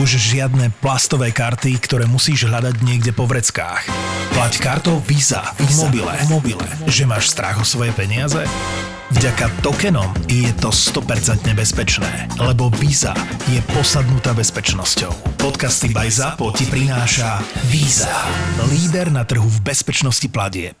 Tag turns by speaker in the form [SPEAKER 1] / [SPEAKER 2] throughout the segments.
[SPEAKER 1] Už žiadne plastové karty, ktoré musíš hľadať niekde po vreckách. Plať kartou Visa, v mobile, v mobile. Že máš strach o svoje peniaze? Vďaka tokenom je to 100% bezpečné, lebo Visa je posadnutá bezpečnosťou. Podcasty by Zapo ti prináša Visa, líder na trhu v bezpečnosti platieb.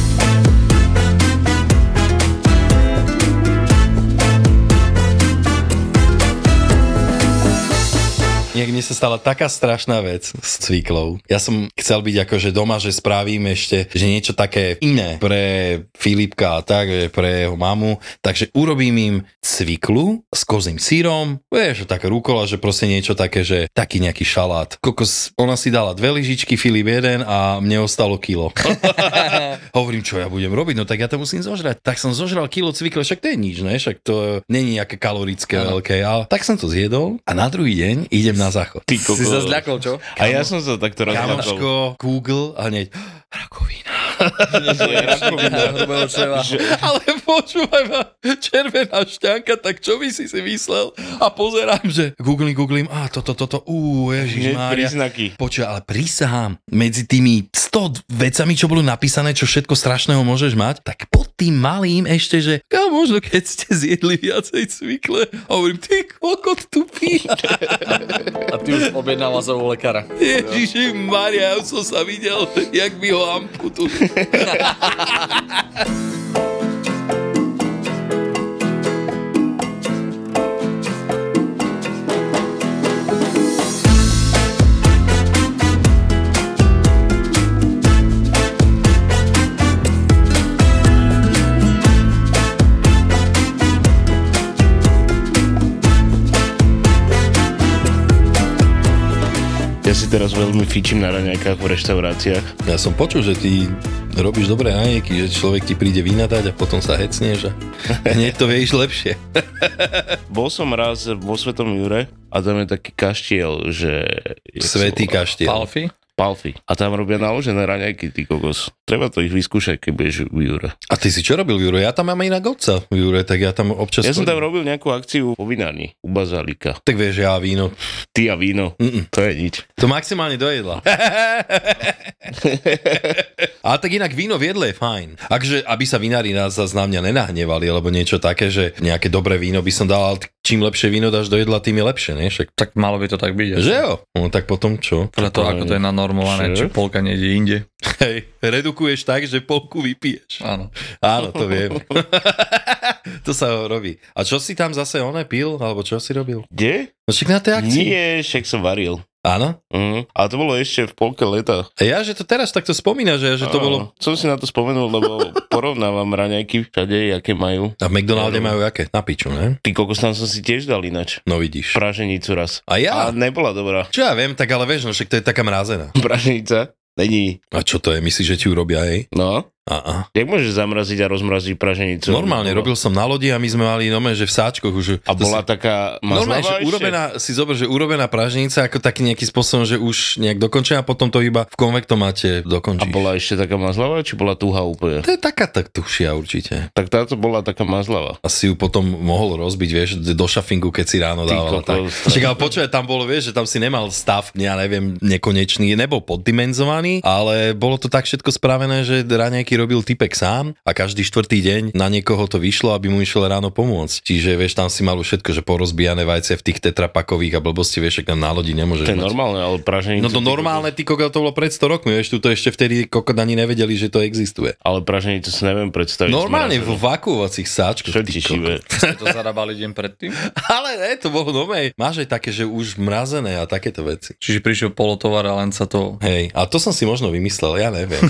[SPEAKER 2] Inak mne sa stala taká strašná vec s cviklou. Ja som chcel byť akože doma, že spravím ešte, že niečo také iné pre Filipka a tak, že pre jeho mamu. Takže urobím im cviklu s kozím sírom, vieš, také rukola, že proste niečo také, že taký nejaký šalát. Kokos, ona si dala dve lyžičky, Filip jeden a mne ostalo kilo. Hovorím, čo ja budem robiť, no tak ja to musím zožrať. Tak som zožral kilo cvikle, však to je nič, ne? Však to není nejaké kalorické veľké, ale tak som to zjedol a na druhý deň idem na záchod.
[SPEAKER 3] Ty kokos.
[SPEAKER 4] Si sa zľakol, čo?
[SPEAKER 3] A ja som sa takto rozhľadol.
[SPEAKER 2] Kamoško, Google a hneď rakovina.
[SPEAKER 4] Rakovina hrubého čreva.
[SPEAKER 2] Ale počúvaj ma, červená šťanka, tak čo by si si myslel? A pozerám, že googlim, googlim, a toto, toto, ú, ježiš
[SPEAKER 3] Hneď
[SPEAKER 2] Mária.
[SPEAKER 3] príznaky.
[SPEAKER 2] Počuj, ale prísahám, medzi tými 100 vecami, čo boli napísané, čo všetko strašného môžeš mať, tak pod tým malým ešte, že a možno keď ste zjedli viacej cvikle, a hovorím, ty kokot tupý.
[SPEAKER 4] A ty už objednáva za u lekára.
[SPEAKER 2] Ježiši Maria, ja už som sa videl, jak mi ho amputu.
[SPEAKER 3] Ja si teraz veľmi fičím na raňajkách v reštauráciách.
[SPEAKER 2] Ja som počul, že ty robíš dobré najeky, že človek ti príde vynadať a potom sa hecneš a hneď to vieš lepšie.
[SPEAKER 3] Bol som raz vo Svetom Jure a tam je taký kaštiel, že... jak sa
[SPEAKER 2] Svetý
[SPEAKER 3] volá?
[SPEAKER 2] kaštiel.
[SPEAKER 4] Palfi?
[SPEAKER 3] Palfy. A tam robia naložené raňajky, ty kokos. Treba to ich vyskúšať, keď budeš v Jure.
[SPEAKER 2] A ty si čo robil, Juro? Ja tam mám inak otca, Jure, tak ja tam občas...
[SPEAKER 3] Ja som tam
[SPEAKER 2] chodím.
[SPEAKER 3] robil nejakú akciu po vinárni u Bazalika.
[SPEAKER 2] Tak vieš, ja víno.
[SPEAKER 3] Ty a víno,
[SPEAKER 2] Mm-mm.
[SPEAKER 3] to je nič.
[SPEAKER 2] To maximálne do jedla. A tak inak víno v jedle je fajn. Akže, aby sa vinári nás zase na mňa nenahnevali, alebo niečo také, že nejaké dobré víno by som dal, ale čím lepšie víno dáš do jedla, tým je lepšie, ne? Však,
[SPEAKER 4] Tak malo by to tak byť.
[SPEAKER 2] že jo? No tak potom čo?
[SPEAKER 4] Podľa toho, ako to je nanormované, či
[SPEAKER 3] Že?
[SPEAKER 4] polka nejde inde.
[SPEAKER 2] Hej, redukuješ tak, že polku vypiješ.
[SPEAKER 4] Áno.
[SPEAKER 2] Áno, to viem. to sa robí. A čo si tam zase one pil? Alebo čo si robil?
[SPEAKER 3] Kde?
[SPEAKER 2] No však na tej akcii.
[SPEAKER 3] Nie, však som varil.
[SPEAKER 2] Áno?
[SPEAKER 3] Mm. A to bolo ešte v polke leta.
[SPEAKER 2] A ja, že to teraz takto spomínaš, že, že to
[SPEAKER 3] Áno.
[SPEAKER 2] bolo...
[SPEAKER 3] Som si na to spomenul, lebo porovnávam raňajky všade, aké majú.
[SPEAKER 2] A v McDonalde
[SPEAKER 3] Áno.
[SPEAKER 2] majú aké? Na piču, ne?
[SPEAKER 3] Ty kokos, tam som si tiež dal inač.
[SPEAKER 2] No vidíš.
[SPEAKER 3] Praženicu raz.
[SPEAKER 2] A ja?
[SPEAKER 3] A nebola dobrá.
[SPEAKER 2] Čo ja viem, tak ale vieš, no však to je taká mrazená.
[SPEAKER 3] Praženica? Není.
[SPEAKER 2] A čo to je? Myslíš, že ti ju robia jej?
[SPEAKER 3] No.
[SPEAKER 2] A,
[SPEAKER 3] Jak môžeš zamraziť a rozmraziť praženicu?
[SPEAKER 2] Normálne, robil som na lodi a my sme mali nome, že v sáčkoch už...
[SPEAKER 3] A
[SPEAKER 2] to
[SPEAKER 3] bola
[SPEAKER 2] si...
[SPEAKER 3] taká
[SPEAKER 2] Normálne, že
[SPEAKER 3] mazlava ešte?
[SPEAKER 2] urobená, si zober, že urobená pražnica ako taký nejaký spôsob, že už nejak dokončená a potom to iba v konvektomáte
[SPEAKER 3] A
[SPEAKER 2] dokončíš.
[SPEAKER 3] bola ešte taká mazlava, či bola tuhá úplne?
[SPEAKER 2] To je taká tak tušia určite.
[SPEAKER 3] Tak táto bola taká mazlava.
[SPEAKER 2] A si ju potom mohol rozbiť, vieš, do šafingu, keď si ráno
[SPEAKER 3] Ty
[SPEAKER 2] dával. Tak.
[SPEAKER 3] kokos.
[SPEAKER 2] Však ale počuj, tam bolo, vieš, že tam si nemal stav, ja neviem, nekonečný, nebol poddimenzovaný, ale bolo to tak všetko spravené, že raňajky robil typek sám a každý štvrtý deň na niekoho to vyšlo, aby mu išiel ráno pomôcť. Čiže vieš, tam si mal už všetko, že porozbijané vajce v tých tetrapakových a blbosti, vieš, ak tam na lodi nemôžeš.
[SPEAKER 3] To je
[SPEAKER 2] mať.
[SPEAKER 3] normálne, ale praženicu...
[SPEAKER 2] No to
[SPEAKER 3] ty kokos.
[SPEAKER 2] normálne, ty kokot, to bolo pred 100 rokmi, vieš, tu to ešte vtedy kokot ani nevedeli, že to existuje.
[SPEAKER 3] Ale praženicu si neviem predstaviť.
[SPEAKER 2] Normálne v
[SPEAKER 3] zmrazenú.
[SPEAKER 2] vakuovacích sáčkoch.
[SPEAKER 3] Čo
[SPEAKER 2] ty
[SPEAKER 3] ti
[SPEAKER 2] kokot.
[SPEAKER 3] šive?
[SPEAKER 4] Ste to zarábali deň predtým?
[SPEAKER 2] Ale ne, to bolo nové. Máš aj také, že už mrazené a takéto veci.
[SPEAKER 4] Čiže prišiel polotovar a len sa to...
[SPEAKER 2] Hej, a to som si možno vymyslel, ja neviem.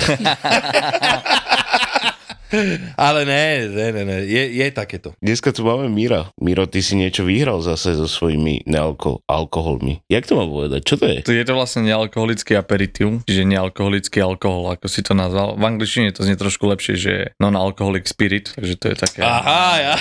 [SPEAKER 2] Ale ne, ne, ne, ne. Je, je takéto.
[SPEAKER 3] Dneska tu máme Mira. Miro, ty si niečo vyhral zase so svojimi nealko- alkoholmi. Jak to mám povedať? Čo to je?
[SPEAKER 4] To je to vlastne nealkoholický aperitív, čiže nealkoholický alkohol, ako si to nazval. V angličtine to znie trošku lepšie, že non-alcoholic spirit, takže to je také...
[SPEAKER 2] Aha, ja.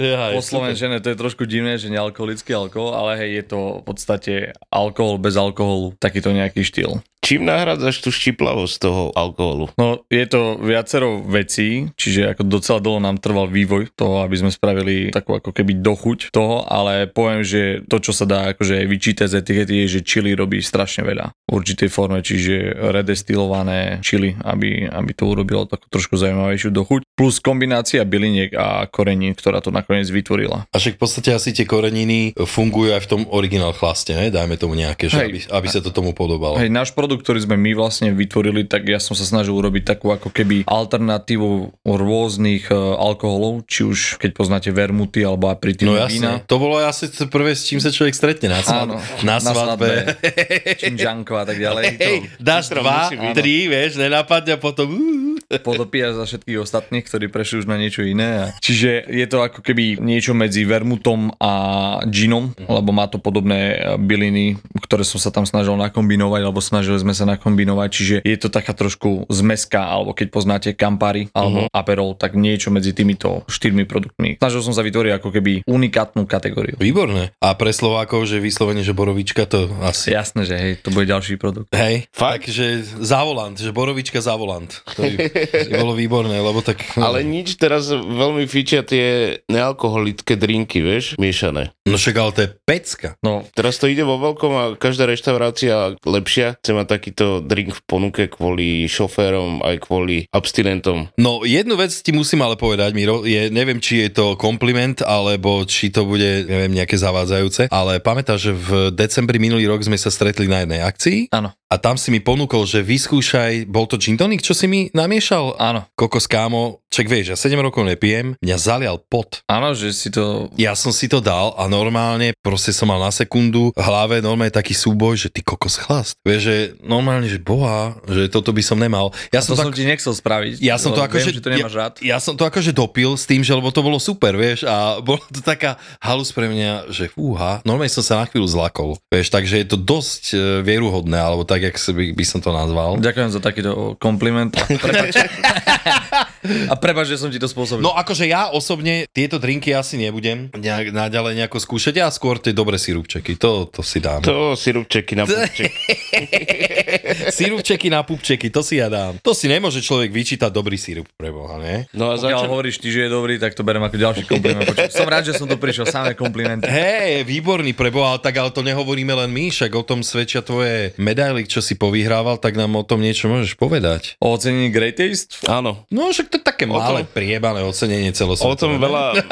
[SPEAKER 2] Jaj,
[SPEAKER 4] Po slovenčene to je trošku divné, že nealkoholický alkohol, ale hej, je to v podstate alkohol bez alkoholu, takýto nejaký štýl.
[SPEAKER 3] Čím nahrádzaš tú štiplavosť toho alkoholu?
[SPEAKER 4] No, je to viacero vecí, čiže ako docela dlho nám trval vývoj toho, aby sme spravili takú ako keby dochuť toho, ale poviem, že to, čo sa dá akože aj vyčítať z etikety, je, že čili robí strašne veľa v určitej forme, čiže redestilované čili, aby, aby to urobilo takú trošku zaujímavejšiu dochuť, plus kombinácia byliniek a korení, ktorá to nakoniec vytvorila.
[SPEAKER 2] A však v podstate asi tie koreniny fungujú aj v tom originál chlaste, ne? dajme tomu nejaké, že
[SPEAKER 4] Hej.
[SPEAKER 2] aby, aby sa to tomu podobalo.
[SPEAKER 4] Hej, náš produkt, ktorý sme my vlastne vytvorili, tak ja som sa snažil urobiť takú ako keby alternatívu rôznych e, alkoholov, či už keď poznáte vermuty alebo
[SPEAKER 2] No
[SPEAKER 4] aperitivu
[SPEAKER 2] jasne,
[SPEAKER 4] vína.
[SPEAKER 2] to bolo asi to prvé, s čím sa človek stretne na, svad-
[SPEAKER 4] Áno,
[SPEAKER 2] na svadbe.
[SPEAKER 4] činžanko a tak ďalej.
[SPEAKER 2] Hej, dáš
[SPEAKER 3] Chytro
[SPEAKER 2] dva,
[SPEAKER 3] musí byť.
[SPEAKER 2] tri, vieš, nenapadne a potom... Uh,
[SPEAKER 4] To podopíja za všetkých ostatných, ktorí prešli už na niečo iné. A... Čiže je to ako keby niečo medzi vermutom a džinom, lebo má to podobné e, byliny, ktoré som sa tam snažil nakombinovať, alebo snažili sme sa nakombinovať. Čiže je to taká trošku zmeska, alebo keď poznáte Campari alebo Aperol, tak niečo medzi týmito štyrmi produktmi. Snažil som sa vytvoriť ako keby unikátnu kategóriu.
[SPEAKER 2] výborné. A pre Slovákov, že vyslovene, že borovička to asi...
[SPEAKER 4] Jasné, že hej, to bude ďalší produkt.
[SPEAKER 2] Hej,
[SPEAKER 3] Fakt?
[SPEAKER 2] takže zavolant, že borovička zavolant. To by, by bolo výborné, lebo tak...
[SPEAKER 3] Ale nič, teraz veľmi fičia tie nealkoholické drinky, vieš, miešané.
[SPEAKER 2] No však ale to je pecka.
[SPEAKER 4] No,
[SPEAKER 3] Teraz to ide vo veľkom a každá reštaurácia lepšia chce mať takýto drink v ponuke kvôli šoférom aj kvôli abstinentom.
[SPEAKER 2] No jednu vec ti musím ale povedať, Miro, je, neviem, či je to kompliment, alebo či to bude, neviem, nejaké zavádzajúce, ale pamätáš, že v decembri minulý rok sme sa stretli na jednej akcii
[SPEAKER 4] áno,
[SPEAKER 2] a tam si mi ponúkol, že vyskúšaj, bol to gin tonic, čo si mi namiešal? A
[SPEAKER 4] áno.
[SPEAKER 2] kokos kámo, čak vieš, ja 7 rokov nepijem, mňa zalial pot.
[SPEAKER 4] Áno, že si to
[SPEAKER 2] Ja som si to dal a normálne proste som mal na sekundu v hlave normálne taký súboj, že ty kokos chlast. Vieš, že normálne, že boha, že toto by som nemal. Ja
[SPEAKER 4] to
[SPEAKER 2] som
[SPEAKER 4] som ti nechcel spraviť.
[SPEAKER 2] Ja som to
[SPEAKER 4] lebo
[SPEAKER 2] ako,
[SPEAKER 4] viem,
[SPEAKER 2] že-
[SPEAKER 4] že to akože nemáš rád.
[SPEAKER 2] ja som to akože dopil s tým, že lebo to bolo super, vieš, a bola to taká halus pre mňa, že fúha, normálne som sa na chvíľu zlakol, vieš, takže je to dosť e, vieruhodné, alebo tak, jak sa by, by som to nazval.
[SPEAKER 4] Ďakujem za takýto kompliment. A Prepač. A prepač, že som ti to spôsobil.
[SPEAKER 2] No akože ja osobne tieto drinky asi nebudem nejak, naďalej nejako skúšať, ja skôr tie dobré sirupčeky, to, to si dám.
[SPEAKER 3] To sirupčeky na pupček.
[SPEAKER 2] Sirupčeky na pupčeky, to si ja dám. To si nemôže človek vyčítať dobrý sirup, preboha, ne?
[SPEAKER 3] No a
[SPEAKER 4] Pokiaľ
[SPEAKER 3] začal...
[SPEAKER 4] hovoríš ty, že je dobrý, tak to berem ako ďalší kompliment. Počuť, som rád, že som tu prišiel, samé komplimenty.
[SPEAKER 2] Hej, výborný preboha, ale tak ale to nehovoríme len my, však o tom svedčia tvoje medaily, čo si povyhrával, tak nám o tom niečo môžeš povedať.
[SPEAKER 4] O ocenení Great Taste?
[SPEAKER 3] Áno.
[SPEAKER 2] No však to je také malé
[SPEAKER 3] malé
[SPEAKER 2] priebané ocenenie celosvetové.
[SPEAKER 3] O tom veľa,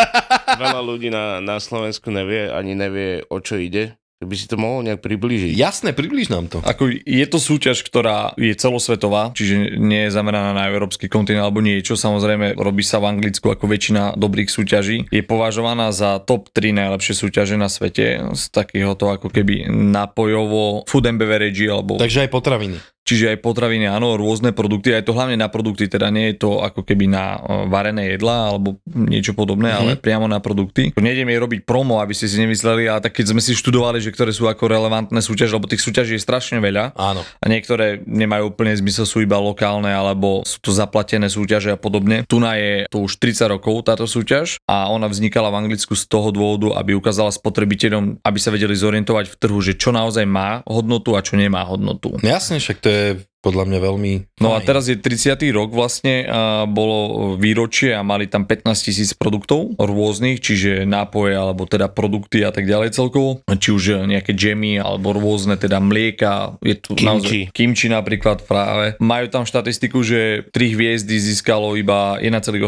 [SPEAKER 3] veľa ľudí na, na Slovensku nevie, ani nevie, o čo ide. Tak by si to mohol nejak priblížiť.
[SPEAKER 2] Jasné, približ nám to.
[SPEAKER 4] Ako je to súťaž, ktorá je celosvetová, čiže nie je zameraná na európsky kontinent alebo niečo. Samozrejme, robí sa v Anglicku ako väčšina dobrých súťaží. Je považovaná za top 3 najlepšie súťaže na svete z takéhoto ako keby napojovo food and beverage alebo
[SPEAKER 2] Takže aj potraviny.
[SPEAKER 4] Čiže aj potraviny, áno, rôzne produkty, aj to hlavne na produkty, teda nie je to ako keby na e, varené jedlá alebo niečo podobné, mm-hmm. ale priamo na produkty. Nejdeme jej robiť promo, aby ste si nemysleli, ale tak keď sme si študovali, že ktoré sú ako relevantné súťaže, lebo tých súťaží je strašne veľa
[SPEAKER 2] Áno.
[SPEAKER 4] a niektoré nemajú úplne zmysel, sú iba lokálne alebo sú to zaplatené súťaže a podobne. Tuna je tu už 30 rokov táto súťaž a ona vznikala v Anglicku z toho dôvodu, aby ukázala spotrebiteľom, aby sa vedeli zorientovať v trhu, že čo naozaj má hodnotu a čo nemá hodnotu.
[SPEAKER 2] Jasne, však to je podľa mňa veľmi...
[SPEAKER 4] No a
[SPEAKER 2] fajn.
[SPEAKER 4] teraz je 30. rok vlastne, a bolo výročie a mali tam 15 tisíc produktov rôznych, čiže nápoje alebo teda produkty a tak ďalej celkovo. Či už nejaké džemy alebo rôzne teda mlieka. Je tu
[SPEAKER 3] Kimchi.
[SPEAKER 4] naozaj kimči napríklad práve. Majú tam štatistiku, že 3 hviezdy získalo iba 1,8%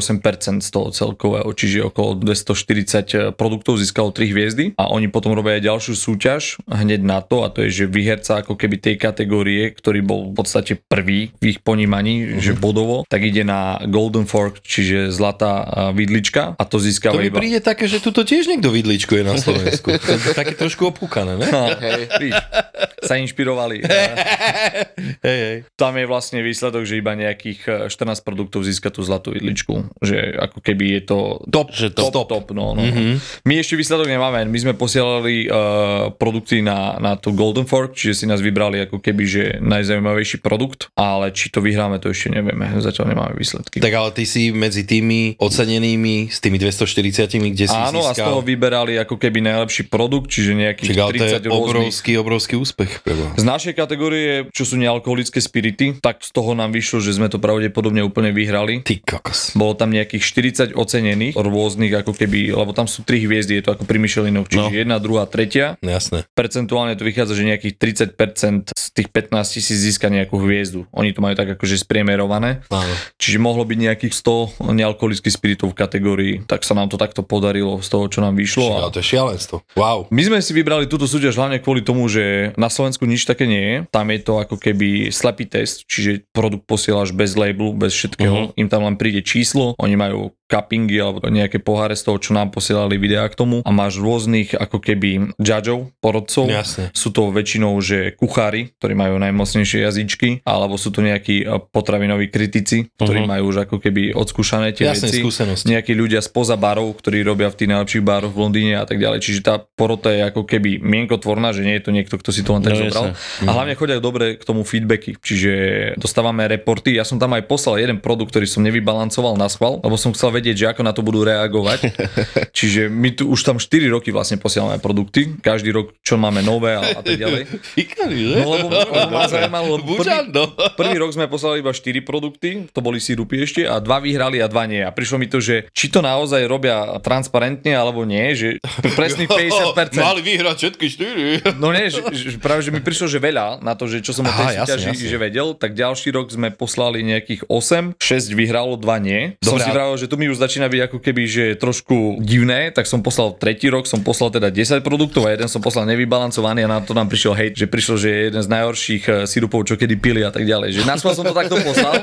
[SPEAKER 4] z toho celkového, čiže okolo 240 produktov získalo 3 hviezdy a oni potom robia aj ďalšiu súťaž hneď na to a to je, že vyherca ako keby tej kategórie, ktorý bol v podstate prvý v ich ponímaní,
[SPEAKER 2] Mhm.
[SPEAKER 4] že bodovo, tak ide na Golden Fork, čiže zlatá a, vidlička a to
[SPEAKER 2] To
[SPEAKER 4] získalo
[SPEAKER 2] mi
[SPEAKER 4] iba...
[SPEAKER 2] príde také, že tuto tiež niekto vidličkuje na Slovensku. To je také trošku obkúkané, ne?
[SPEAKER 4] No, víš, sa inšpirovali.
[SPEAKER 2] Hej, hej.
[SPEAKER 4] tam je vlastne výsledok, že iba nejakých eh, 14 produktov získa tú zlatú idličku. Že ako keby je to
[SPEAKER 2] Top,
[SPEAKER 3] Že
[SPEAKER 4] top,
[SPEAKER 3] to...
[SPEAKER 4] top, top no, no. Mm-hmm.
[SPEAKER 2] Mhm.
[SPEAKER 4] My ešte výsledok nemáme, my sme eh, posielali uh, produkty na, na tú Golden Fork, čiže si nás vybrali ako keby, že najzaujímavejší produkt, ale či to vyhráme, to ešte nevieme. Zatiaľ nemáme výsledky.
[SPEAKER 2] Tak ale ty si medzi tými ocenenými, s tými 240, kde si
[SPEAKER 4] Áno, a z
[SPEAKER 2] získal...
[SPEAKER 4] toho vyberali ako keby najlepší produkt, čiže nejakých
[SPEAKER 2] Čiže ale to je
[SPEAKER 4] 30 rôznych
[SPEAKER 2] obrovský, obrovský úspech. pre vás.
[SPEAKER 4] Z našej kategórie, čo sú nealkoholické spirity, tak z toho nám vyšlo, že sme to pravdepodobne úplne vyhrali.
[SPEAKER 2] Ty kokos.
[SPEAKER 4] Bolo tam nejakých 40 ocenených rôznych, ako keby, lebo tam sú 3 hviezdy, je to ako pri Michelinov, čiže
[SPEAKER 2] No.
[SPEAKER 4] jedna, druhá, tretia.
[SPEAKER 2] No jasné.
[SPEAKER 4] Percentuálne to vychádza, že nejakých 30% z tých 15 tisíc získa nejakú hviezdu. Oni to majú tak akože spriemerované.
[SPEAKER 2] Áno.
[SPEAKER 4] Čiže mohlo byť nejakých 100 nealkoholických spiritov v kategórii, tak sa nám to takto podarilo z toho, čo nám vyšlo.
[SPEAKER 2] Čiže, ale to je šialenstvo. Wow.
[SPEAKER 4] My sme si vybrali túto súťaž hlavne kvôli tomu, že na Slovensku nič také nie je. Tam je to ako keby slepý test, čiže produkt posielaš bez labelu, bez všetkého.
[SPEAKER 2] Mhm.
[SPEAKER 4] Im tam len príde číslo, oni majú cuppingy alebo nejaké poháre z toho, čo nám posielali videá k tomu a máš rôznych ako keby judgeov, porodcov.
[SPEAKER 2] Jasne.
[SPEAKER 4] Sú to väčšinou, že kuchári, ktorí majú najmocnejšie jazyčky, alebo sú to nejakí eh, potravinoví kritici, ktorí
[SPEAKER 3] Mhm.
[SPEAKER 4] majú už ako keby odskúšané tie
[SPEAKER 2] Jasné,
[SPEAKER 4] veci
[SPEAKER 2] skúsenosti.
[SPEAKER 4] nejakí ľudia spoza barov, ktorí robia v tých najlepších baroch v Londýne a tak ďalej. Čiže tá porota je ako keby mienkotvorná, že nie je to niekto, kto si to len tak
[SPEAKER 3] No,
[SPEAKER 4] zobral. A hlavne chodia dobre k tomu feedbacky, čiže dostávame reporty. Ja som tam aj poslal jeden produkt, ktorý som nevybalancoval na schvál, lebo som chcel vedieť, že ako na to budú reagovať. čiže my tu už tam 4 roky vlastne posielame produkty, každý rok čo máme nové a, a tak ďalej.
[SPEAKER 2] Fikali, že?
[SPEAKER 4] No lebo, lebo ma zaujímalo, lebo prvý,
[SPEAKER 2] Buďando.
[SPEAKER 4] Prvý rok sme poslali iba 4 produkty, to boli sirupy ešte, a dva vyhrali a dva nie. A prišlo mi to, že či to naozaj robia transparentne alebo nie, že presných 50%.
[SPEAKER 2] Mali vyhrať všetky štyri.
[SPEAKER 4] No nie, že, že práve že mi prišlo, že veľa na to, že čo som o tej
[SPEAKER 2] Aha, jasne,
[SPEAKER 4] súťaži,
[SPEAKER 2] jasne.
[SPEAKER 4] že vedel, tak ďalší rok sme poslali nejakých 8, 6 vyhralo, 2 nie. Som
[SPEAKER 2] Dobre,
[SPEAKER 4] si
[SPEAKER 2] a-
[SPEAKER 4] vravil, že to mi už začína byť ako keby, že trošku divné, tak som poslal tretí rok, som poslal teda 10 produktov a jeden som poslal nevybalancovaný a na to nám prišiel hejt, že prišlo, že je jeden z najhorších eh, sirupov, čo kedy pili a tak ďalej. Že na svoj som to takto poslal,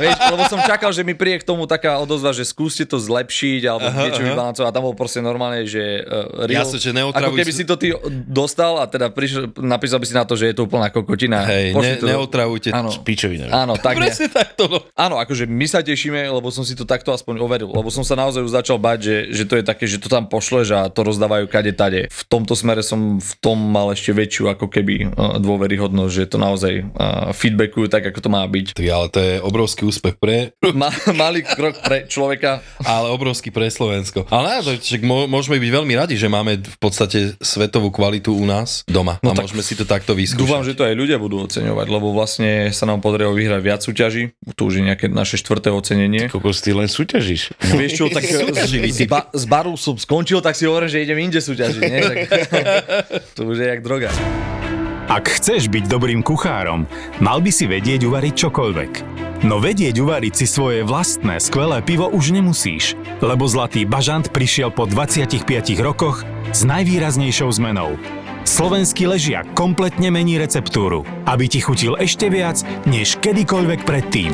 [SPEAKER 4] vieš, lebo som čakal, že mi príde k tomu taká odozva, že skúste to zlepšiť alebo niečo vybalancovať a tam bol proste normálne, že uh,
[SPEAKER 2] Jasne, že neotravuj
[SPEAKER 4] ako keby
[SPEAKER 2] si-
[SPEAKER 4] si to ty dostal a teda prišiel, napísal by si na to, že je to úplná kokotina.
[SPEAKER 2] Hej,
[SPEAKER 4] Pošli
[SPEAKER 2] ne,
[SPEAKER 4] to-
[SPEAKER 2] neotravujte.
[SPEAKER 4] Áno,
[SPEAKER 3] Pičovina.
[SPEAKER 4] áno, tak ne.
[SPEAKER 2] Presne takto. no.
[SPEAKER 4] Áno, akože my sa tešíme, lebo som si to takto aspoň overil, lebo som sa naozaj už začal bať, že, že to je také, že to tam pošleš a to rozdávajú kade tade. V tomto smere som v tom mal ešte väčšiu ako keby eh, dôveryhodnosť, že to naozaj eh, feedbackujú tak, ako to má byť.
[SPEAKER 2] Tak, ale to je obrovský úspech pre,
[SPEAKER 4] Ma, malý krok pre človeka.
[SPEAKER 2] ale obrovský pre Slovensko. Ale na to, však mô- môžeme byť veľmi radi, že máme v podstate svetovú kvalitu u nás doma. No a
[SPEAKER 4] tak
[SPEAKER 2] môžeme si to takto vyskúšať.
[SPEAKER 4] Dúfam, že to aj ľudia budú oceňovať, lebo vlastne sa nám podarilo vyhrať viac súťaží. To už je nejaké naše štvrté ocenenie.
[SPEAKER 3] Kokos, ty len súťažíš.
[SPEAKER 4] No Vieš čo, tak z, ba- z baru som skončil, tak si hovorím, že idem inde súťažiť, nie? Tak, to už je jak droga.
[SPEAKER 5] Ak chceš byť dobrým kuchárom, mal by si vedieť uvariť čokoľvek. No vedieť uvariť si svoje vlastné skvelé pivo už nemusíš, lebo Zlatý bažant prišiel po 25 rokoch s najvýraznejšou zmenou. Slovenský ležia kompletne mení receptúru, aby ti chutil ešte viac, než kedykoľvek predtým.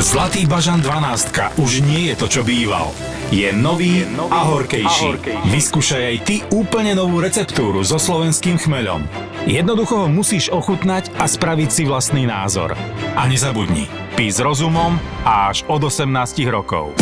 [SPEAKER 5] Zlatý bažan 12 už nie je to, čo býval. Je nový, a horkejší. Vyskúšaj aj ty úplne novú receptúru so slovenským chmeľom. Jednoducho ho musíš ochutnať a spraviť si vlastný názor. A nezabudni, pí s rozumom a až od 18 rokov.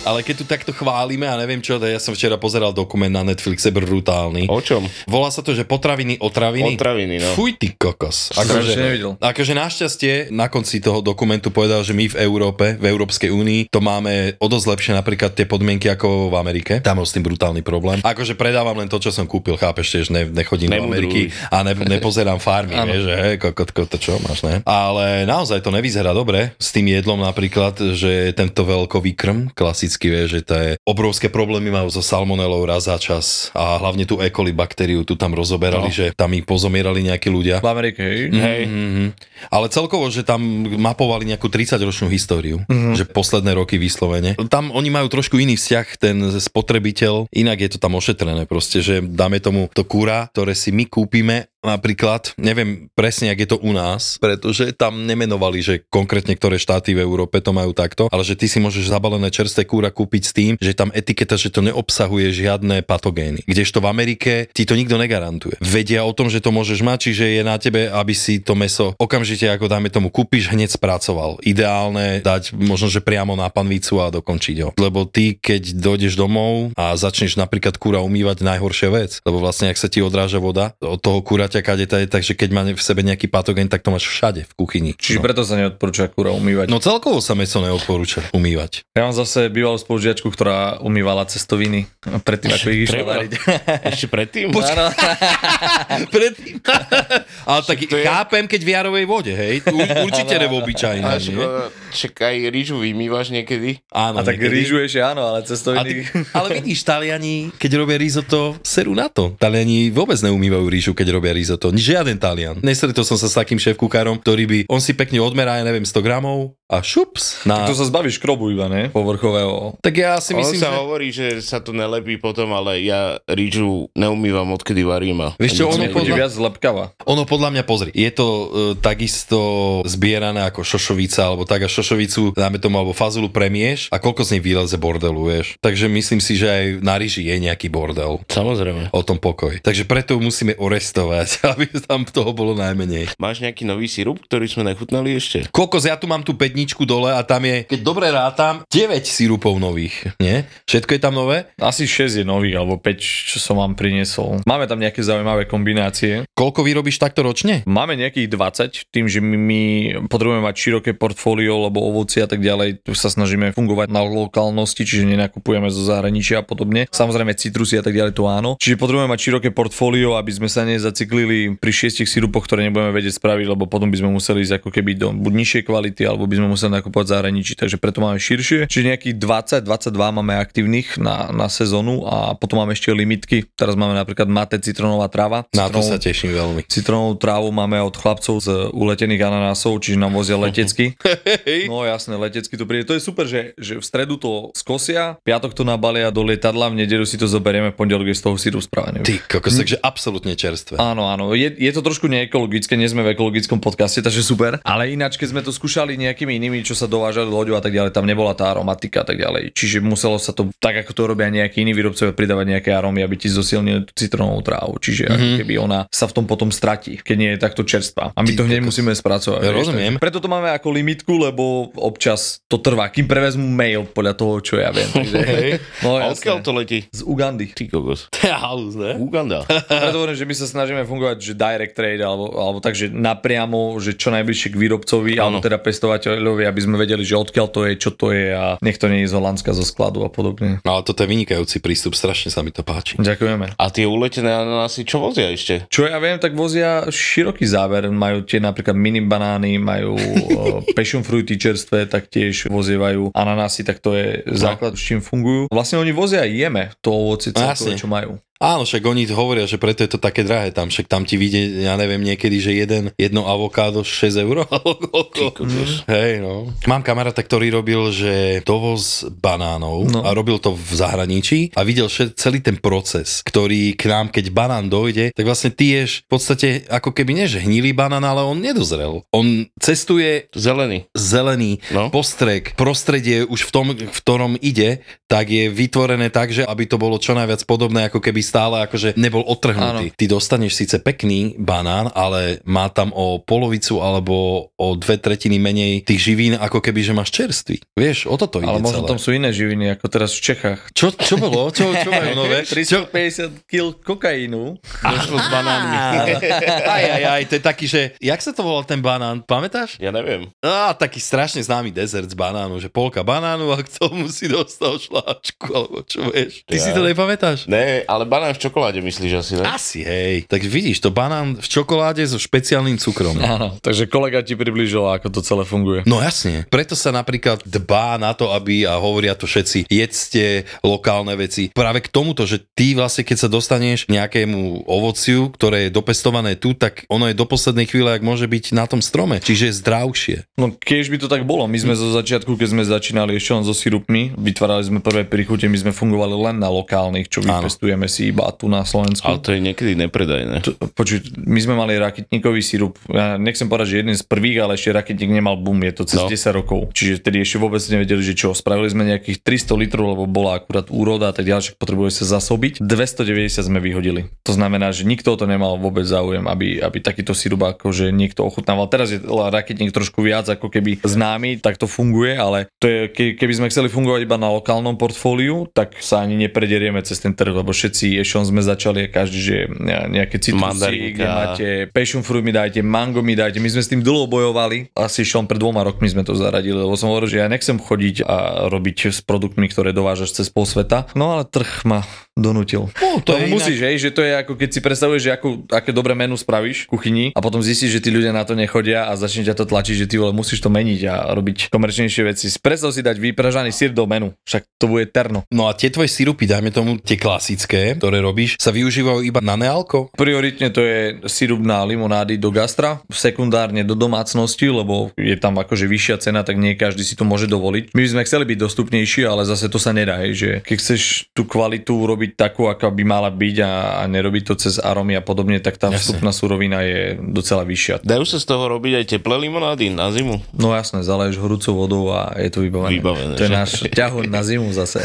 [SPEAKER 2] Ale keď tu takto chválime, a neviem čo, ja som včera pozeral dokument na Netflixe, brutálny.
[SPEAKER 3] O čom?
[SPEAKER 2] Volá sa to, že potraviny, otraviny.
[SPEAKER 3] Otraviny, no.
[SPEAKER 2] Fuj, ty kokos.
[SPEAKER 4] ešte nevidel.
[SPEAKER 2] akože našťastie na konci toho dokumentu povedal, že my v Európe, v Európskej únii, to máme o dosť lepšie napríklad tie podmienky ako v Amerike. Tam bol s tým brutálny problém. Akože predávam len to, čo som kúpil, chápeš, tiež ne, nechodím do
[SPEAKER 3] Nemudruj.
[SPEAKER 2] Ameriky a ne, nepozerám farmy, vieš, že hej, kokotko, to čo máš, ne? Ale naozaj to nevyzerá dobre s tým jedlom napríklad, že tento veľkový krm, klasicky vieš, že to je obrovské problémy majú so salmonelou raz za čas a hlavne tú E. coli baktériu tu tam rozoberali,
[SPEAKER 3] No.
[SPEAKER 2] že tam ich pozomierali nejakí ľudia.
[SPEAKER 4] V Amerike, hej?
[SPEAKER 3] Hej.
[SPEAKER 2] Mm-hmm. Ale celkovo, že tam mapovali nejakú 30-ročnú históriu, mm-hmm. že posledné roky vyslovene. Tam oni majú trošku iný vzťah, ten spotrebiteľ, inak je to tam ošetrené proste, že dáme tomu to kúra, ktoré si my kúpime napríklad, neviem presne, ak je to u nás, pretože tam nemenovali, že konkrétne ktoré štáty v Európe to majú takto, ale že ty si môžeš zabalené čerstvé kúra kúpiť s tým, že je tam etiketa, že to neobsahuje žiadne patogény. Kdežto v Amerike ti to nikto negarantuje. Vedia o tom, že to môžeš mať, čiže je na tebe, aby si to meso okamžite, ako dáme tomu, kúpiš, hneď spracoval. Ideálne dať možno, že priamo na panvicu a dokončiť ho. Lebo ty, keď dojdeš domov a začneš napríklad kúra umývať, najhoršia vec, lebo vlastne, ak sa ti odráža voda od toho kúraťa, kade to je, takže keď má v sebe nejaký patogén, tak to máš všade v kuchyni.
[SPEAKER 4] Čiže
[SPEAKER 2] no.
[SPEAKER 4] preto sa neodporúča kúra umývať.
[SPEAKER 2] No celkovo sa meso neodporúča umývať.
[SPEAKER 4] Ja mám zase bývalú spolužiačku, ktorá umývala cestoviny predtým, ako ich išla
[SPEAKER 3] Treba.
[SPEAKER 4] variť.
[SPEAKER 3] Ešte predtým?
[SPEAKER 4] Áno.
[SPEAKER 2] Predtým. Ale tak
[SPEAKER 3] to je-
[SPEAKER 2] chápem, keď v jarovej vode, hej? U, určite nebo obyčajné.
[SPEAKER 3] Až, však aj rýžu vymývaš niekedy.
[SPEAKER 2] Áno,
[SPEAKER 4] A tak
[SPEAKER 2] niekedy.
[SPEAKER 4] rýžuješ, áno, ale
[SPEAKER 2] A
[SPEAKER 4] cestoviny...
[SPEAKER 2] ty, ale vidíš, Taliani, keď robia risotto, serú na to. Taliani vôbec neumývajú rýžu, keď robia risotto. Žiaden Talian. Nestretol som sa s takým šéf-kuchárom, ktorý by, on si pekne odmerá, ja neviem, 100 gramov a šups. Na...
[SPEAKER 4] To sa zbavíš krobu iba, ne? Povrchového.
[SPEAKER 2] Tak ja si
[SPEAKER 3] Myslím, ono
[SPEAKER 2] myslím,
[SPEAKER 3] sa
[SPEAKER 2] že...
[SPEAKER 3] hovorí, že sa to nelepí potom, ale ja rýžu neumývam, odkedy varím. a-
[SPEAKER 2] Vieš čo,
[SPEAKER 3] a nič
[SPEAKER 2] ono
[SPEAKER 3] nevidím.
[SPEAKER 4] Bude
[SPEAKER 2] podľa-
[SPEAKER 4] viac lepkava.
[SPEAKER 2] Ono podľa mňa, pozri, je to e, takisto zbierané ako šošovica, alebo tak a šošovicu, dáme tomu, alebo fazulu premieš a koľko z nej vyleze bordelu, vieš. Takže myslím si, že aj na ryži je nejaký bordel
[SPEAKER 3] Samozrejme.
[SPEAKER 2] o tom pokoj. Takže preto ju musíme orestovať, aby tam toho bolo najmenej.
[SPEAKER 3] Máš nejaký nový sirup, ktorý sme nechutnali ešte?
[SPEAKER 2] Kokos, ja tu mám tú pedničku dole a tam je, keď dobre rátam, 9 sirupov nových, nie? Všetko je tam nové?
[SPEAKER 4] Asi 6 je nových, alebo 5, čo som vám priniesol. Máme tam nejaké zaujímavé kombinácie.
[SPEAKER 2] Koľko vyrobíš takto ročne?
[SPEAKER 4] Máme nejakých 20, tým, že my, my potrebujeme mať široké portfólio, lebo ovoci a tak ďalej, tu sa snažíme fungovať na lokálnosti, čiže nenakupujeme zo zahraničia a podobne. Samozrejme citrusy a tak ďalej, to áno. Čiže potrebujeme mať široké portfólio, aby sme sa nezaciklili pri šiestich sirupoch, ktoré nebudeme vedieť spraviť, lebo potom by sme museli ísť ako keby do buď nižšej kvality, alebo by sme museli nakupovať v zahraničí, takže preto máme širšie. Čiže nejakých 20, 22 máme aktívnych na, na sezónu a potom máme ešte limitky. Teraz máme napríklad mate citronová tráva.
[SPEAKER 2] Na to
[SPEAKER 4] Citronovú-
[SPEAKER 2] sa teším veľmi.
[SPEAKER 4] Citronovú trávu máme od chlapcov z uletených ananásov, čiže nám vozia letecky. No jasné, letecky to príde. To je super, že, že v stredu to skosia, piatok to nabalia do lietadla, v nedelu si to zoberieme, v pondelok je z toho sírup spravený.
[SPEAKER 2] Ty, kokos, takže absolútne čerstvé.
[SPEAKER 4] Áno, áno, je, je to trošku neekologické, nie sme v ekologickom podcaste, takže super. Ale ináč, keď sme to skúšali nejakými inými, čo sa dovážali loďou a tak ďalej, tam nebola tá aromatika a tak ďalej. Čiže muselo sa to, tak ako to robia nejakí iní výrobcovia, pridávať nejaké arómy, aby ti zosilnili tú citronovú trávu. Čiže mm-hmm.
[SPEAKER 2] Mhm.
[SPEAKER 4] ako keby ona sa v tom potom stratí, keď nie je takto čerstvá. A my
[SPEAKER 2] Ty
[SPEAKER 4] to hneď
[SPEAKER 2] kokos.
[SPEAKER 4] musíme spracovať.
[SPEAKER 2] Ja
[SPEAKER 4] vieš,
[SPEAKER 2] rozumiem.
[SPEAKER 4] takže- Preto to máme ako limitku, lebo občas to trvá, kým prevezmu mail podľa toho, čo ja viem. Takže,
[SPEAKER 3] Hej.
[SPEAKER 4] no,
[SPEAKER 3] A
[SPEAKER 4] jasné.
[SPEAKER 3] odkiaľ to letí?
[SPEAKER 4] Z Ugandy.
[SPEAKER 3] Ty kokos.
[SPEAKER 2] Halus, ne?
[SPEAKER 3] Uganda.
[SPEAKER 4] Preto hovorím, že my sa snažíme fungovať, že direct trade, alebo, alebo tak, že napriamo, že čo najbližšie k výrobcovi, alebo teda pestovateľovi, aby sme vedeli, že odkiaľ to je, čo to je a nech to nie je z Holandska zo skladu a podobne.
[SPEAKER 2] No, Ale toto je vynikajúci prístup, strašne sa mi to páči.
[SPEAKER 4] Ďakujeme.
[SPEAKER 3] A tie uletené ananásy, čo vozia ešte?
[SPEAKER 4] Čo ja viem, tak vozia široký záber. Majú tie napríklad mini banány, majú eh, passion fruity čerstvé, taktiež vozievajú ananasy, tak to je základ, s čím fungujú. Vlastne oni vozia aj jeme to ovocie,
[SPEAKER 2] No,
[SPEAKER 4] celkové,
[SPEAKER 2] jasne.
[SPEAKER 4] čo majú.
[SPEAKER 2] Áno, však oni hovoria, že preto je to také drahé tam, však tam ti vyjde, ja neviem, niekedy, že jeden, jedno avokádo 6 eur, alebo koľko. Hej, no. Mám kamaráta, ktorý robil, že dovoz banánov no.
[SPEAKER 4] No.
[SPEAKER 2] a robil to v zahraničí a videl še- celý ten proces, ktorý k nám, keď banán dojde, tak vlastne ty ješ v podstate ako keby nie, že hnilý banán, ale on nedozrel. On cestuje
[SPEAKER 3] Zelený.
[SPEAKER 2] zelený
[SPEAKER 3] No.
[SPEAKER 2] postrek, prostredie už v tom, v ktorom ide, tak je vytvorené tak, že aby to bolo čo najviac podobné, ako keby stále akože nebol otrhnutý. Áno. Ty dostaneš síce pekný banán, ale má tam o polovicu alebo o dve tretiny menej tých živín, ako keby, že máš čerstvý. Vieš, o toto ide
[SPEAKER 4] Ale možno
[SPEAKER 2] celé.
[SPEAKER 4] tam sú iné živiny, ako teraz v Čechách.
[SPEAKER 2] Čo, čo bolo? Čo, čo majú nové? Čo?
[SPEAKER 4] 350 kg kokainu.
[SPEAKER 3] Došlo s banánmi.
[SPEAKER 2] Aj, aj, aj, to je taký, že... Jak sa to volal ten banán? Pamätáš?
[SPEAKER 3] Ja neviem.
[SPEAKER 2] Á, taký strašne známy dezert z banánu, že polka banánu a k tomu si dostal šláčku, alebo čo vieš. Ty
[SPEAKER 3] Ja.
[SPEAKER 2] si to nepamätáš?
[SPEAKER 3] Ne, ale banán v čokoláde myslíš asi, ne?
[SPEAKER 2] Asi, hej. Tak vidíš, to banán v čokoláde so špeciálnym cukrom.
[SPEAKER 4] Áno, takže kolega ti priblížil, ako to celé funguje.
[SPEAKER 2] No jasne, preto sa napríklad dbá na to, aby, a hovoria to všetci, jedzte lokálne veci. Práve k tomuto, že ty vlastne, keď sa dostaneš k nejakému ovociu, ktoré je dopestované tu, tak ono je do poslednej chvíle, ak môže byť na tom strome, čiže je zdravšie.
[SPEAKER 4] No keď by to tak bolo, my sme zo začiatku, keď sme začínali ešte len so sirupmi, vytvárali sme prvé príchute, my sme fungovali len na lokálnych, čo
[SPEAKER 2] Áno.
[SPEAKER 4] vypestujeme si iba tu na Slovensku.
[SPEAKER 3] Ale to je niekedy nepredajné.
[SPEAKER 4] T- Počuť, my sme mali raketníkový sirup. Ja nechcem povedať, že jeden z prvých, ale ešte raketník nemal boom, je to cez
[SPEAKER 3] No.
[SPEAKER 4] no. 10 rokov. Čiže vtedy ešte vôbec nevedeli, že čo. Spravili sme nejakých 300 litrov, lebo bola akurát úroda a tak ďalej, však potrebuje sa zasobiť. 290 sme vyhodili. To znamená, že nikto o to nemal vôbec záujem, aby, aby takýto sirup akože niekto ochutnával. Teraz je raketník trošku viac ako keby známy, tak to funguje, ale to je, ke- keby sme chceli fungovať iba na lokálnom portfóliu, tak sa ani neprederieme cez ten trh, lebo všetci ešte sme začali a každý, že nejaké citrusy,
[SPEAKER 3] Mandarinka.
[SPEAKER 4] kde máte passion fruit mi dajte, mango mi dajte. My sme s tým dlho bojovali. Asi šom pred dvoma rokmi sme to zaradili, lebo som hovoril, že ja nechcem chodiť a robiť s produktmi, ktoré dovážaš cez pol sveta. No ale trh ma donútil.
[SPEAKER 2] No,
[SPEAKER 4] To, to musíš, hej, že to je ako keď si predstavuješ, že ako, aké dobré menu spravíš v kuchyni a potom zistíš, že tí ľudia na to nechodia a začne ťa to tlačiť, že ty vole, musíš to meniť a robiť komerčnejšie veci. Predstav si dať vypražaný sír do menu, však to bude terno.
[SPEAKER 2] No a tie tvoje sirupy, dajme tomu tie klasické, ktoré robíš, sa využívajú iba na nealko?
[SPEAKER 4] Prioritne to je sirup na limonády do gastra, sekundárne do domácnosti, lebo je tam akože vyššia cena, tak nie každý si to môže dovoliť. My by sme chceli byť dostupnejší, ale zase to sa nedá, hej, že keď chceš tú kvalitu urobiť takú, aká by mala byť a, a nerobiť to cez aromy a podobne, tak tá
[SPEAKER 2] Jasne.
[SPEAKER 4] vstupná surovina je docela vyššia.
[SPEAKER 3] Dajú sa z toho robiť aj teplé limonády na zimu?
[SPEAKER 4] No jasné, zaleješ horúcou vodou a je to vybavené.
[SPEAKER 3] Vybavené,
[SPEAKER 4] to je
[SPEAKER 3] že?
[SPEAKER 4] náš ťahon na zimu zase.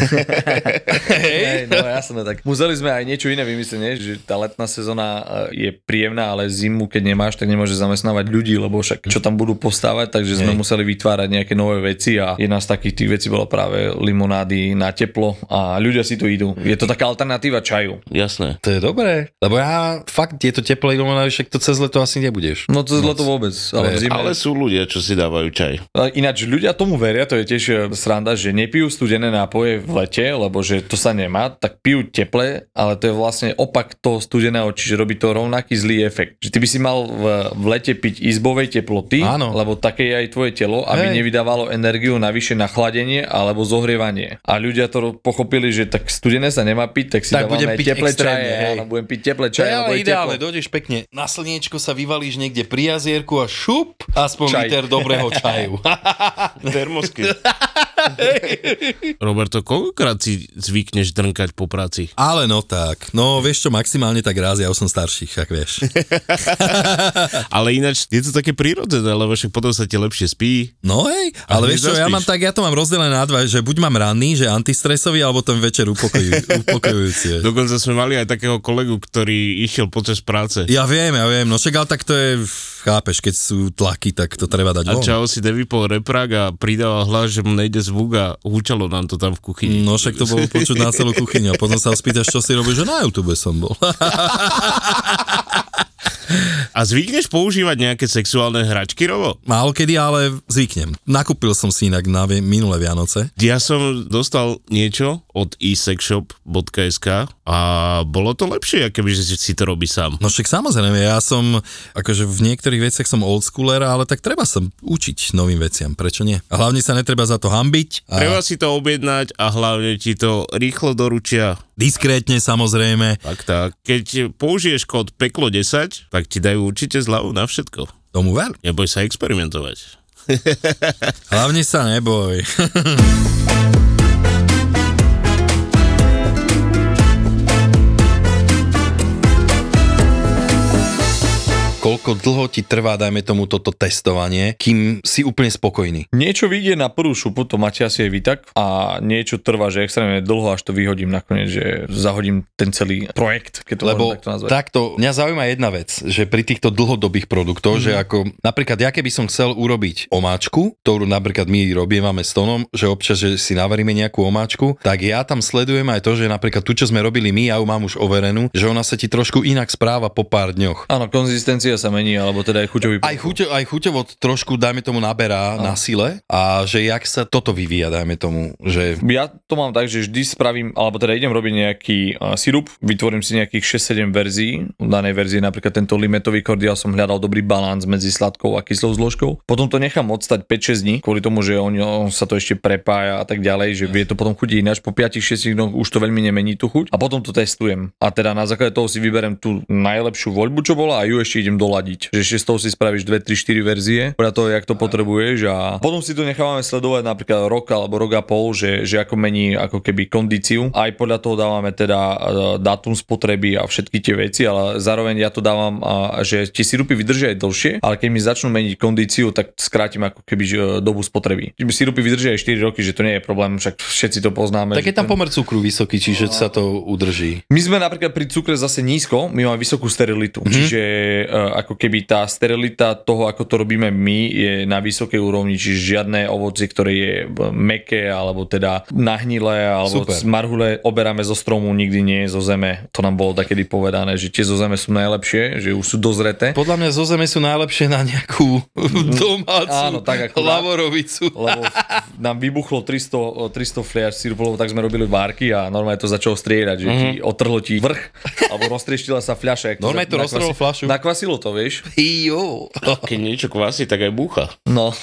[SPEAKER 4] Hej, no jasné, tak museli sme aj niečo iné vymyslieť, nie? že tá letná sezóna e, je príjemná, ale zimu, keď nemáš, tak nemôže zamestnávať ľudí, lebo však čo tam budú postávať, takže sme museli vytvárať nejaké nové veci a jedna z takých tých vecí bola práve limonády na teplo a ľudia si to idú. Je to taká alternatíva čaju.
[SPEAKER 3] Jasné.
[SPEAKER 2] To je dobré, lebo ja fakt tieto teplé limonády, však to cez leto asi nebudeš.
[SPEAKER 4] No to zle to vôbec, ale v zime...
[SPEAKER 3] Ale sú ľudia, čo si dávajú čaj.
[SPEAKER 4] A Ináč ľudia tomu veria, to je tiež e, sranda, že nepijú studené nápoje v lete, lebo že to sa nemá, tak pijú teple, ale to je vlastne opak toho studeného, čiže robí to rovnaký zlý efekt. Že ty by si mal v, v lete piť izbovej teploty,
[SPEAKER 2] Áno.
[SPEAKER 4] lebo také je aj tvoje telo,
[SPEAKER 2] Hej.
[SPEAKER 4] aby nevydávalo energiu navyše na chladenie alebo zohrievanie. A ľudia to ro- pochopili, že tak studené sa nemá piť, tak si
[SPEAKER 2] Tak
[SPEAKER 4] tak
[SPEAKER 2] budem
[SPEAKER 4] dávame aj
[SPEAKER 2] piť
[SPEAKER 4] teplé
[SPEAKER 2] extrémne,
[SPEAKER 4] čaje.
[SPEAKER 2] hej.
[SPEAKER 4] Áno, budem piť teplé
[SPEAKER 2] To
[SPEAKER 4] čaje.
[SPEAKER 2] je
[SPEAKER 4] lebo
[SPEAKER 2] ale
[SPEAKER 4] je
[SPEAKER 2] ideálne,
[SPEAKER 4] teplo.
[SPEAKER 2] dojdeš pekne na slniečko sa vyvalíš niekde pri jazierku a šup, aspoň
[SPEAKER 4] Čaj.
[SPEAKER 2] liter dobrého čaju.
[SPEAKER 3] Termosky.
[SPEAKER 6] Roberto, koľkokrát si zvykneš drnkať po práci?
[SPEAKER 7] Ale no tak, no vieš čo, maximálne tak raz, ja už som starší, tak vieš.
[SPEAKER 6] Ale ináč je to také prírodzené, lebo však potom sa ti lepšie spí.
[SPEAKER 7] No hej,
[SPEAKER 6] A
[SPEAKER 7] ale
[SPEAKER 6] hneď
[SPEAKER 7] vieš čo, ja
[SPEAKER 6] zaspíš.
[SPEAKER 7] mám tak, ja to mám rozdelené na dva, že buď mám ranný, že antistresový, alebo ten večer upokojuj, upokojujúci. vieš.
[SPEAKER 6] Dokonca sme mali aj takého kolegu, ktorý išiel počas práce.
[SPEAKER 7] Ja viem, ja viem, no však ale tak to je, chápeš, keď sú tlaky, tak to treba dať
[SPEAKER 6] A
[SPEAKER 2] No.
[SPEAKER 7] von.
[SPEAKER 6] čau si nevypol reprák a pridával hlas, že mu nejde zvuk a húčalo nám to tam v kuchyni.
[SPEAKER 7] No však to bolo počuť na celú kuchyňu a potom sa ho spýtaš, čo si robíš, že na YouTube som bol.
[SPEAKER 6] A zvykneš používať nejaké sexuálne hračky, Robo?
[SPEAKER 7] Málo kedy, ale zvyknem. Nakúpil som si inak na vi- minulé Vianoce.
[SPEAKER 6] Ja som dostal niečo od esexshop.sk a bolo to lepšie, aké že si to robí sám.
[SPEAKER 7] No však samozrejme, ja som, akože v niektorých veciach som oldschooler, ale tak treba sa učiť novým veciam, prečo nie? A hlavne sa netreba za to hambiť. A...
[SPEAKER 6] Treba si to objednať a hlavne ti to rýchlo doručia.
[SPEAKER 7] Diskrétne samozrejme,
[SPEAKER 6] Tak, tak. Keď použiješ kód PEKLO10, tak ti dajú určite zľavu na všetko.
[SPEAKER 7] tomu ver.
[SPEAKER 6] Neboj sa experimentovať.
[SPEAKER 7] Hlavne sa neboj.
[SPEAKER 2] Koľko dlho ti trvá, dajme tomu, toto testovanie, kým si úplne spokojný?
[SPEAKER 4] Niečo vyjde na prvú šupu, to máte asi aj vy tak, a niečo trvá, že extrémne dlho, až to vyhodím nakoniec, že zahodím ten celý projekt, keď to
[SPEAKER 2] Lebo
[SPEAKER 4] môžem takto nazvať.
[SPEAKER 2] takto, mňa zaujíma jedna vec, že pri týchto dlhodobých produktoch,
[SPEAKER 4] Mhm.
[SPEAKER 2] že ako napríklad ja keby som chcel urobiť omáčku, ktorú napríklad my robívame s Tonom, že občas, že si navaríme nejakú omáčku, tak ja tam sledujem aj to, že napríklad tu, čo sme robili my, ja ju mám už overenú, že ona sa ti trošku inak správa po pár dňoch.
[SPEAKER 4] Áno, konzistencia sa mení, alebo teda aj chuťový
[SPEAKER 2] Aj, chuťo, aj chuťovo trošku, dajme tomu, naberá
[SPEAKER 4] No.
[SPEAKER 2] na sile a že jak sa toto vyvíja, dajme tomu, že
[SPEAKER 4] Ja to mám tak, že vždy spravím, alebo teda idem robiť nejaký uh, sirup, vytvorím si nejakých 6-7 verzií. V danej verzii napríklad tento limetový kordiál som hľadal dobrý balans medzi sladkou a kyslou zložkou. Potom to nechám odstať 5-6 dní, kvôli tomu, že on, on sa to ešte prepája a tak ďalej, že vie to potom chutiť ináč. Po 5-6 dňoch už to veľmi nemení tú chuť a potom to testujem. A teda na základe toho si vyberem tú najlepšiu voľbu, čo bola a ju ešte idem do doladiť. Že 600 si spravíš 2, 3, 4 verzie, podľa toho, jak to potrebuješ a potom si to nechávame sledovať napríklad rok alebo rok a pol, že, že ako mení ako keby kondíciu. Aj podľa toho dávame teda e, dátum spotreby a všetky tie veci, ale zároveň ja to dávam, a, že tie sirupy vydržia aj dlhšie, ale keď mi začnú meniť kondíciu, tak skrátim ako keby že, e, dobu spotreby. Čiže Sirupy vydržia aj 4 roky, že to nie je problém, však všetci to poznáme.
[SPEAKER 2] Tak
[SPEAKER 4] že
[SPEAKER 2] je tam
[SPEAKER 4] ten-
[SPEAKER 2] pomer cukru vysoký, čiže sa to udrží.
[SPEAKER 4] my sme napríklad pri cukre zase nízko, my máme vysokú
[SPEAKER 2] Mhm.
[SPEAKER 4] sterilitu. Mm-hmm. Čiže e, ako keby tá sterilita toho, ako to robíme my, je na vysokej úrovni, čiže žiadne ovocie, ktoré je e, meké, alebo teda nahnilé, alebo
[SPEAKER 2] Super.
[SPEAKER 4] z marhule oberáme zo stromu, nikdy nie zo zeme. To nám bolo takedy povedané, že tie zo zeme sú najlepšie, že už sú dozreté.
[SPEAKER 2] Podľa mňa zo zeme sú najlepšie na nejakú domácu
[SPEAKER 4] Áno, tak akurát.
[SPEAKER 2] lavorovicu.
[SPEAKER 4] lebo nám vybuchlo 300, o, 300 fliaž sirupu, lebo tak sme robili várky a normálne to začalo strieľať, že mm-hmm. ti otrhlo ti vrch, alebo roztrieštila sa fľaša. jak
[SPEAKER 2] Mhm. Normálne to
[SPEAKER 4] nakvasi-
[SPEAKER 2] roztrhlo fľašu.
[SPEAKER 4] Nakvasilo to, vieš.
[SPEAKER 2] Jo.
[SPEAKER 3] Keď niečo kvasí, tak aj búcha.
[SPEAKER 4] No,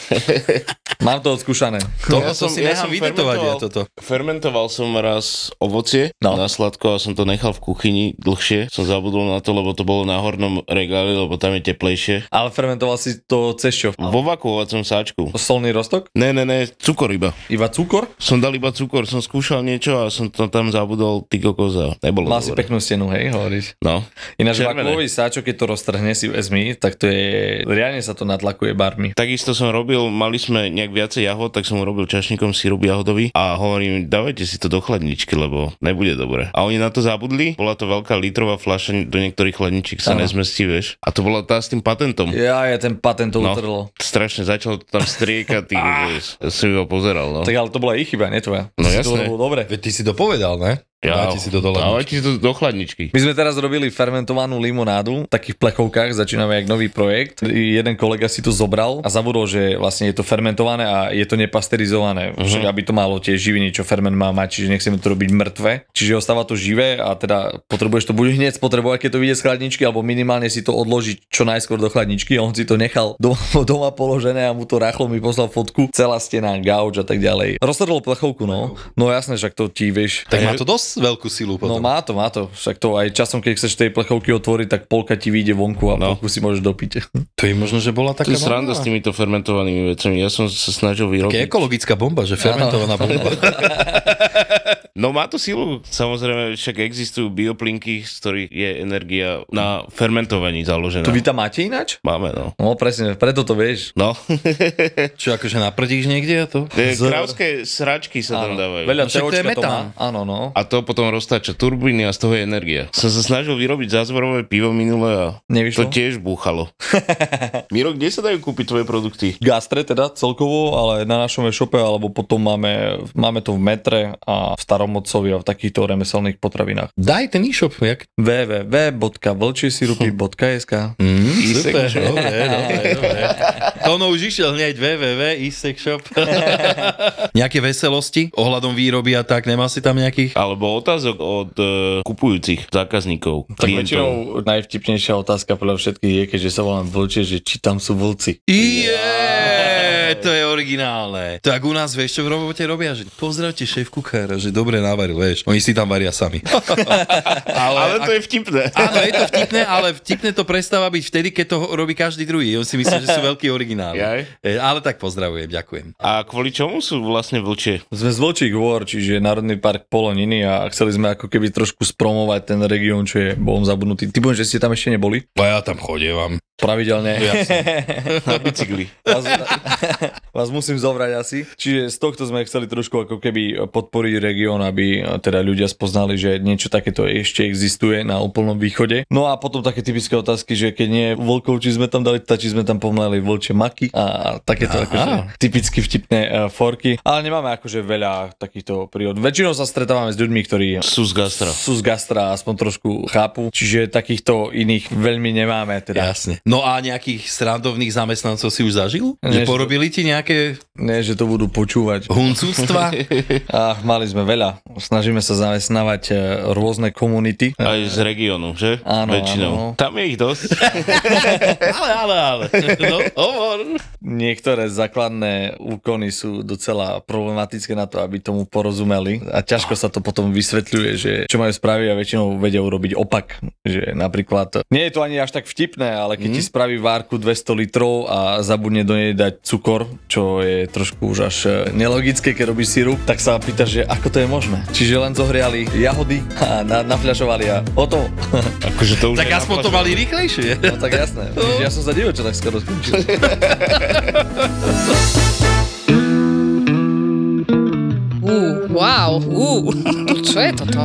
[SPEAKER 4] mám to odskúšané.
[SPEAKER 2] To, ja to som, si nechám ja vytetovať ja
[SPEAKER 3] fermentoval-
[SPEAKER 2] toto.
[SPEAKER 3] Fermentoval som raz ovocie
[SPEAKER 4] No.
[SPEAKER 3] no. na sladko a som to nechal v kuchyni dlhšie. Som zabudol na to, lebo to bolo na hornom regáli, lebo tam je teplejšie.
[SPEAKER 4] Ale fermentoval si to cez čo?
[SPEAKER 3] Vo vakuovacom sáčku.
[SPEAKER 4] Solný roztok?
[SPEAKER 3] Ne, ne, ne, cukor iba.
[SPEAKER 4] Iba cukor?
[SPEAKER 3] Som dal iba cukor, som skúšal niečo a som to tam zabudol, ty kokoza. Nebolo
[SPEAKER 4] Má si
[SPEAKER 3] dobre.
[SPEAKER 4] peknú stenu, hej, hovoríš.
[SPEAKER 3] No.
[SPEAKER 4] Ináč
[SPEAKER 3] Červené.
[SPEAKER 4] vakuový sáčok, keď to roztrhne si vezmi, tak to je... Riadne sa to natlakuje barmi.
[SPEAKER 3] Takisto som robil, mali sme nejak viacej jahod, tak som urobil čašníkom sírup jahodový a hovorím, dávajte si to do chladničky, lebo nebude dobre. A oni na to zabudli, bola to veľká litrová fľaša, do niektorých chladničiek sa
[SPEAKER 4] Áno.
[SPEAKER 3] nezmestí, vieš. A to bola tá s tým patentom.
[SPEAKER 4] Ja, ja ten patent to
[SPEAKER 3] No.
[SPEAKER 4] utrlo.
[SPEAKER 3] Strašne začalo to tam striekať, ty
[SPEAKER 2] Ah.
[SPEAKER 3] vieš. Ja som iba pozeral, no.
[SPEAKER 4] Tak ale to bola ich chyba, nie tvoja.
[SPEAKER 3] No
[SPEAKER 4] Si to
[SPEAKER 3] jasné.
[SPEAKER 4] robil dobre.
[SPEAKER 2] Veď ty si to povedal, ne? Dáte si to dole.
[SPEAKER 3] Dávajte si to do chladničky.
[SPEAKER 4] My sme teraz robili fermentovanú limonádu v takých plechovkách, začíname jak nový projekt. Jeden kolega si to zobral a zabudol, že vlastne je to fermentované a je to nepasterizované. Však aby to malo tie živiny, čo ferment má mať, čiže nechceme to robiť mŕtve. Čiže ostáva to živé a teda potrebuješ to buď hneď spotrebovať, keď to vyjde z chladničky, alebo minimálne si to odložiť čo najskôr do chladničky. A on si to nechal doma, doma položené a mu to rachlo mi poslal fotku, celá stena, gauč a tak ďalej. Roztrhol plechovku, no. No jasné, však to ti vieš.
[SPEAKER 2] Tak má to dosť veľkú silu potom.
[SPEAKER 4] No má to, má to. Však to aj časom, keď chceš tej plechovky otvoriť, tak polka ti vyjde vonku a no. polku si môžeš dopiť.
[SPEAKER 2] To je možno, že bola taká
[SPEAKER 3] To je sranda
[SPEAKER 2] bomba.
[SPEAKER 3] s týmito fermentovanými vecami. Ja som sa snažil
[SPEAKER 2] Taká
[SPEAKER 3] vyrobiť.
[SPEAKER 2] ekologická bomba, že fermentovaná bomba.
[SPEAKER 3] No má to silu, samozrejme, však existujú bioplinky, z ktorých je energia na fermentovaní založená.
[SPEAKER 4] To
[SPEAKER 2] No.
[SPEAKER 4] vy tam máte ináč?
[SPEAKER 3] Máme, no.
[SPEAKER 4] No presne, preto to vieš.
[SPEAKER 3] No,
[SPEAKER 2] Čo akože naprdíš niekde a to?
[SPEAKER 3] tie krávské sračky sa tam dávajú.
[SPEAKER 4] Veľa
[SPEAKER 2] No však to
[SPEAKER 4] teočka
[SPEAKER 2] je
[SPEAKER 4] to
[SPEAKER 2] metán.
[SPEAKER 4] má. Áno, no.
[SPEAKER 3] A to potom roztáča turbíny a z toho je energia. Som sa snažil vyrobiť zázvorové pivo minule a
[SPEAKER 4] Nevyšlo?
[SPEAKER 3] to tiež búchalo. Miro, kde sa dajú kúpiť tvoje produkty?
[SPEAKER 4] Gastre teda celkovo, ale na našom e-shope, alebo potom máme, máme to v metre a v staromocovi a v takýchto remeselných potravinách.
[SPEAKER 2] Daj ten e-shop, jak?
[SPEAKER 4] www.vlčisirupy.sk
[SPEAKER 2] Mm,
[SPEAKER 3] E-sex
[SPEAKER 2] super,
[SPEAKER 3] shop.
[SPEAKER 2] dobre, dobre, dobre. To ono už išiel hneď www.isexshop. Nejaké veselosti ohľadom výroby a tak, nemá si tam nejakých?
[SPEAKER 3] Alebo otázok od uh, kupujúcich zákazníkov,
[SPEAKER 4] Tak
[SPEAKER 3] klientov.
[SPEAKER 4] väčšinou najvtipnejšia otázka podľa všetkých je, keďže sa volám vlčie, že či tam sú vlci.
[SPEAKER 2] Je, to je originálne. Tak u nás, vieš, čo v robote robia? Že pozdravte šéf kuchára, že dobre navaril, vieš. Oni si tam varia sami.
[SPEAKER 3] Ale, ale to je vtipné.
[SPEAKER 2] Áno, je to vtipné, ale vtipné to prestáva byť vtedy, keď to ho- robí každý druhý. On si myslí, že sú veľký originál. E,
[SPEAKER 3] Jaj.
[SPEAKER 2] Ale tak pozdravujem, ďakujem.
[SPEAKER 3] A kvôli čomu sú vlastne vlčie?
[SPEAKER 4] Sme z Vlčík Hôr, čiže Národný park Poloniny a chceli sme ako keby trošku spromovať ten región, čo je bol zabudnutý. Ty poviem, že ste tam ešte neboli?
[SPEAKER 2] A No ja tam chodievam.
[SPEAKER 4] Pravidelne.
[SPEAKER 2] No,
[SPEAKER 3] Na bicykli.
[SPEAKER 4] vás, vás musím zobrať asi. Čiže z tohto sme chceli trošku ako keby podporiť región, aby teda ľudia spoznali, že niečo takéto ešte existuje na úplnom východe. No a potom také typické otázky, že keď nie vlkov, či sme tam dali ptačí, sme tam pomleli vlčie maky a takéto akože typicky vtipné eh, forky. Ale nemáme akože veľa takýchto príhod. Väčšinou sa stretávame s ľuďmi, ktorí
[SPEAKER 3] Sú z gastra.
[SPEAKER 4] sú z gastra, aspoň trošku chápu. Čiže takýchto iných veľmi nemáme. Teda.
[SPEAKER 2] Jasne. No a nejakých srandovných zamestnancov si už zažil? Že
[SPEAKER 4] Nie,
[SPEAKER 2] porobili ti nejaké
[SPEAKER 4] Nie, že to budú počúvať.
[SPEAKER 2] huncúctva?
[SPEAKER 4] A mali sme veľa. Snažíme sa zamestnávať e, rôzne komunity.
[SPEAKER 3] Aj z regiónu, že?
[SPEAKER 4] Áno,
[SPEAKER 3] Väčšinou.
[SPEAKER 4] áno.
[SPEAKER 3] Tam je ich dosť.
[SPEAKER 2] ale, ale, ale. No, hovor.
[SPEAKER 4] Niektoré základné úkony sú docela problematické na to, aby tomu porozumeli a ťažko sa to potom vysvetľuje, že čo majú spraviť a väčšinou vedia urobiť opak. Že napríklad, nie je to ani až tak vtipné, ale keď ti spraví várku 200 litrov a zabudne do nej dať cukor, čo je trošku už až e, nelogické, keď robíš sirup, tak sa pýtaš, že ako to je možné. Čiže len zohriali jahody a na, nafľašovali a hotovo.
[SPEAKER 3] Akože to už
[SPEAKER 2] Tak
[SPEAKER 3] je
[SPEAKER 2] aspoň to
[SPEAKER 3] naplašené.
[SPEAKER 2] mali rýchlejšie.
[SPEAKER 4] No tak jasné. Vidíš, Ja som za dievča tak skoro skončil.
[SPEAKER 8] Ú, wow, ú, čo je toto?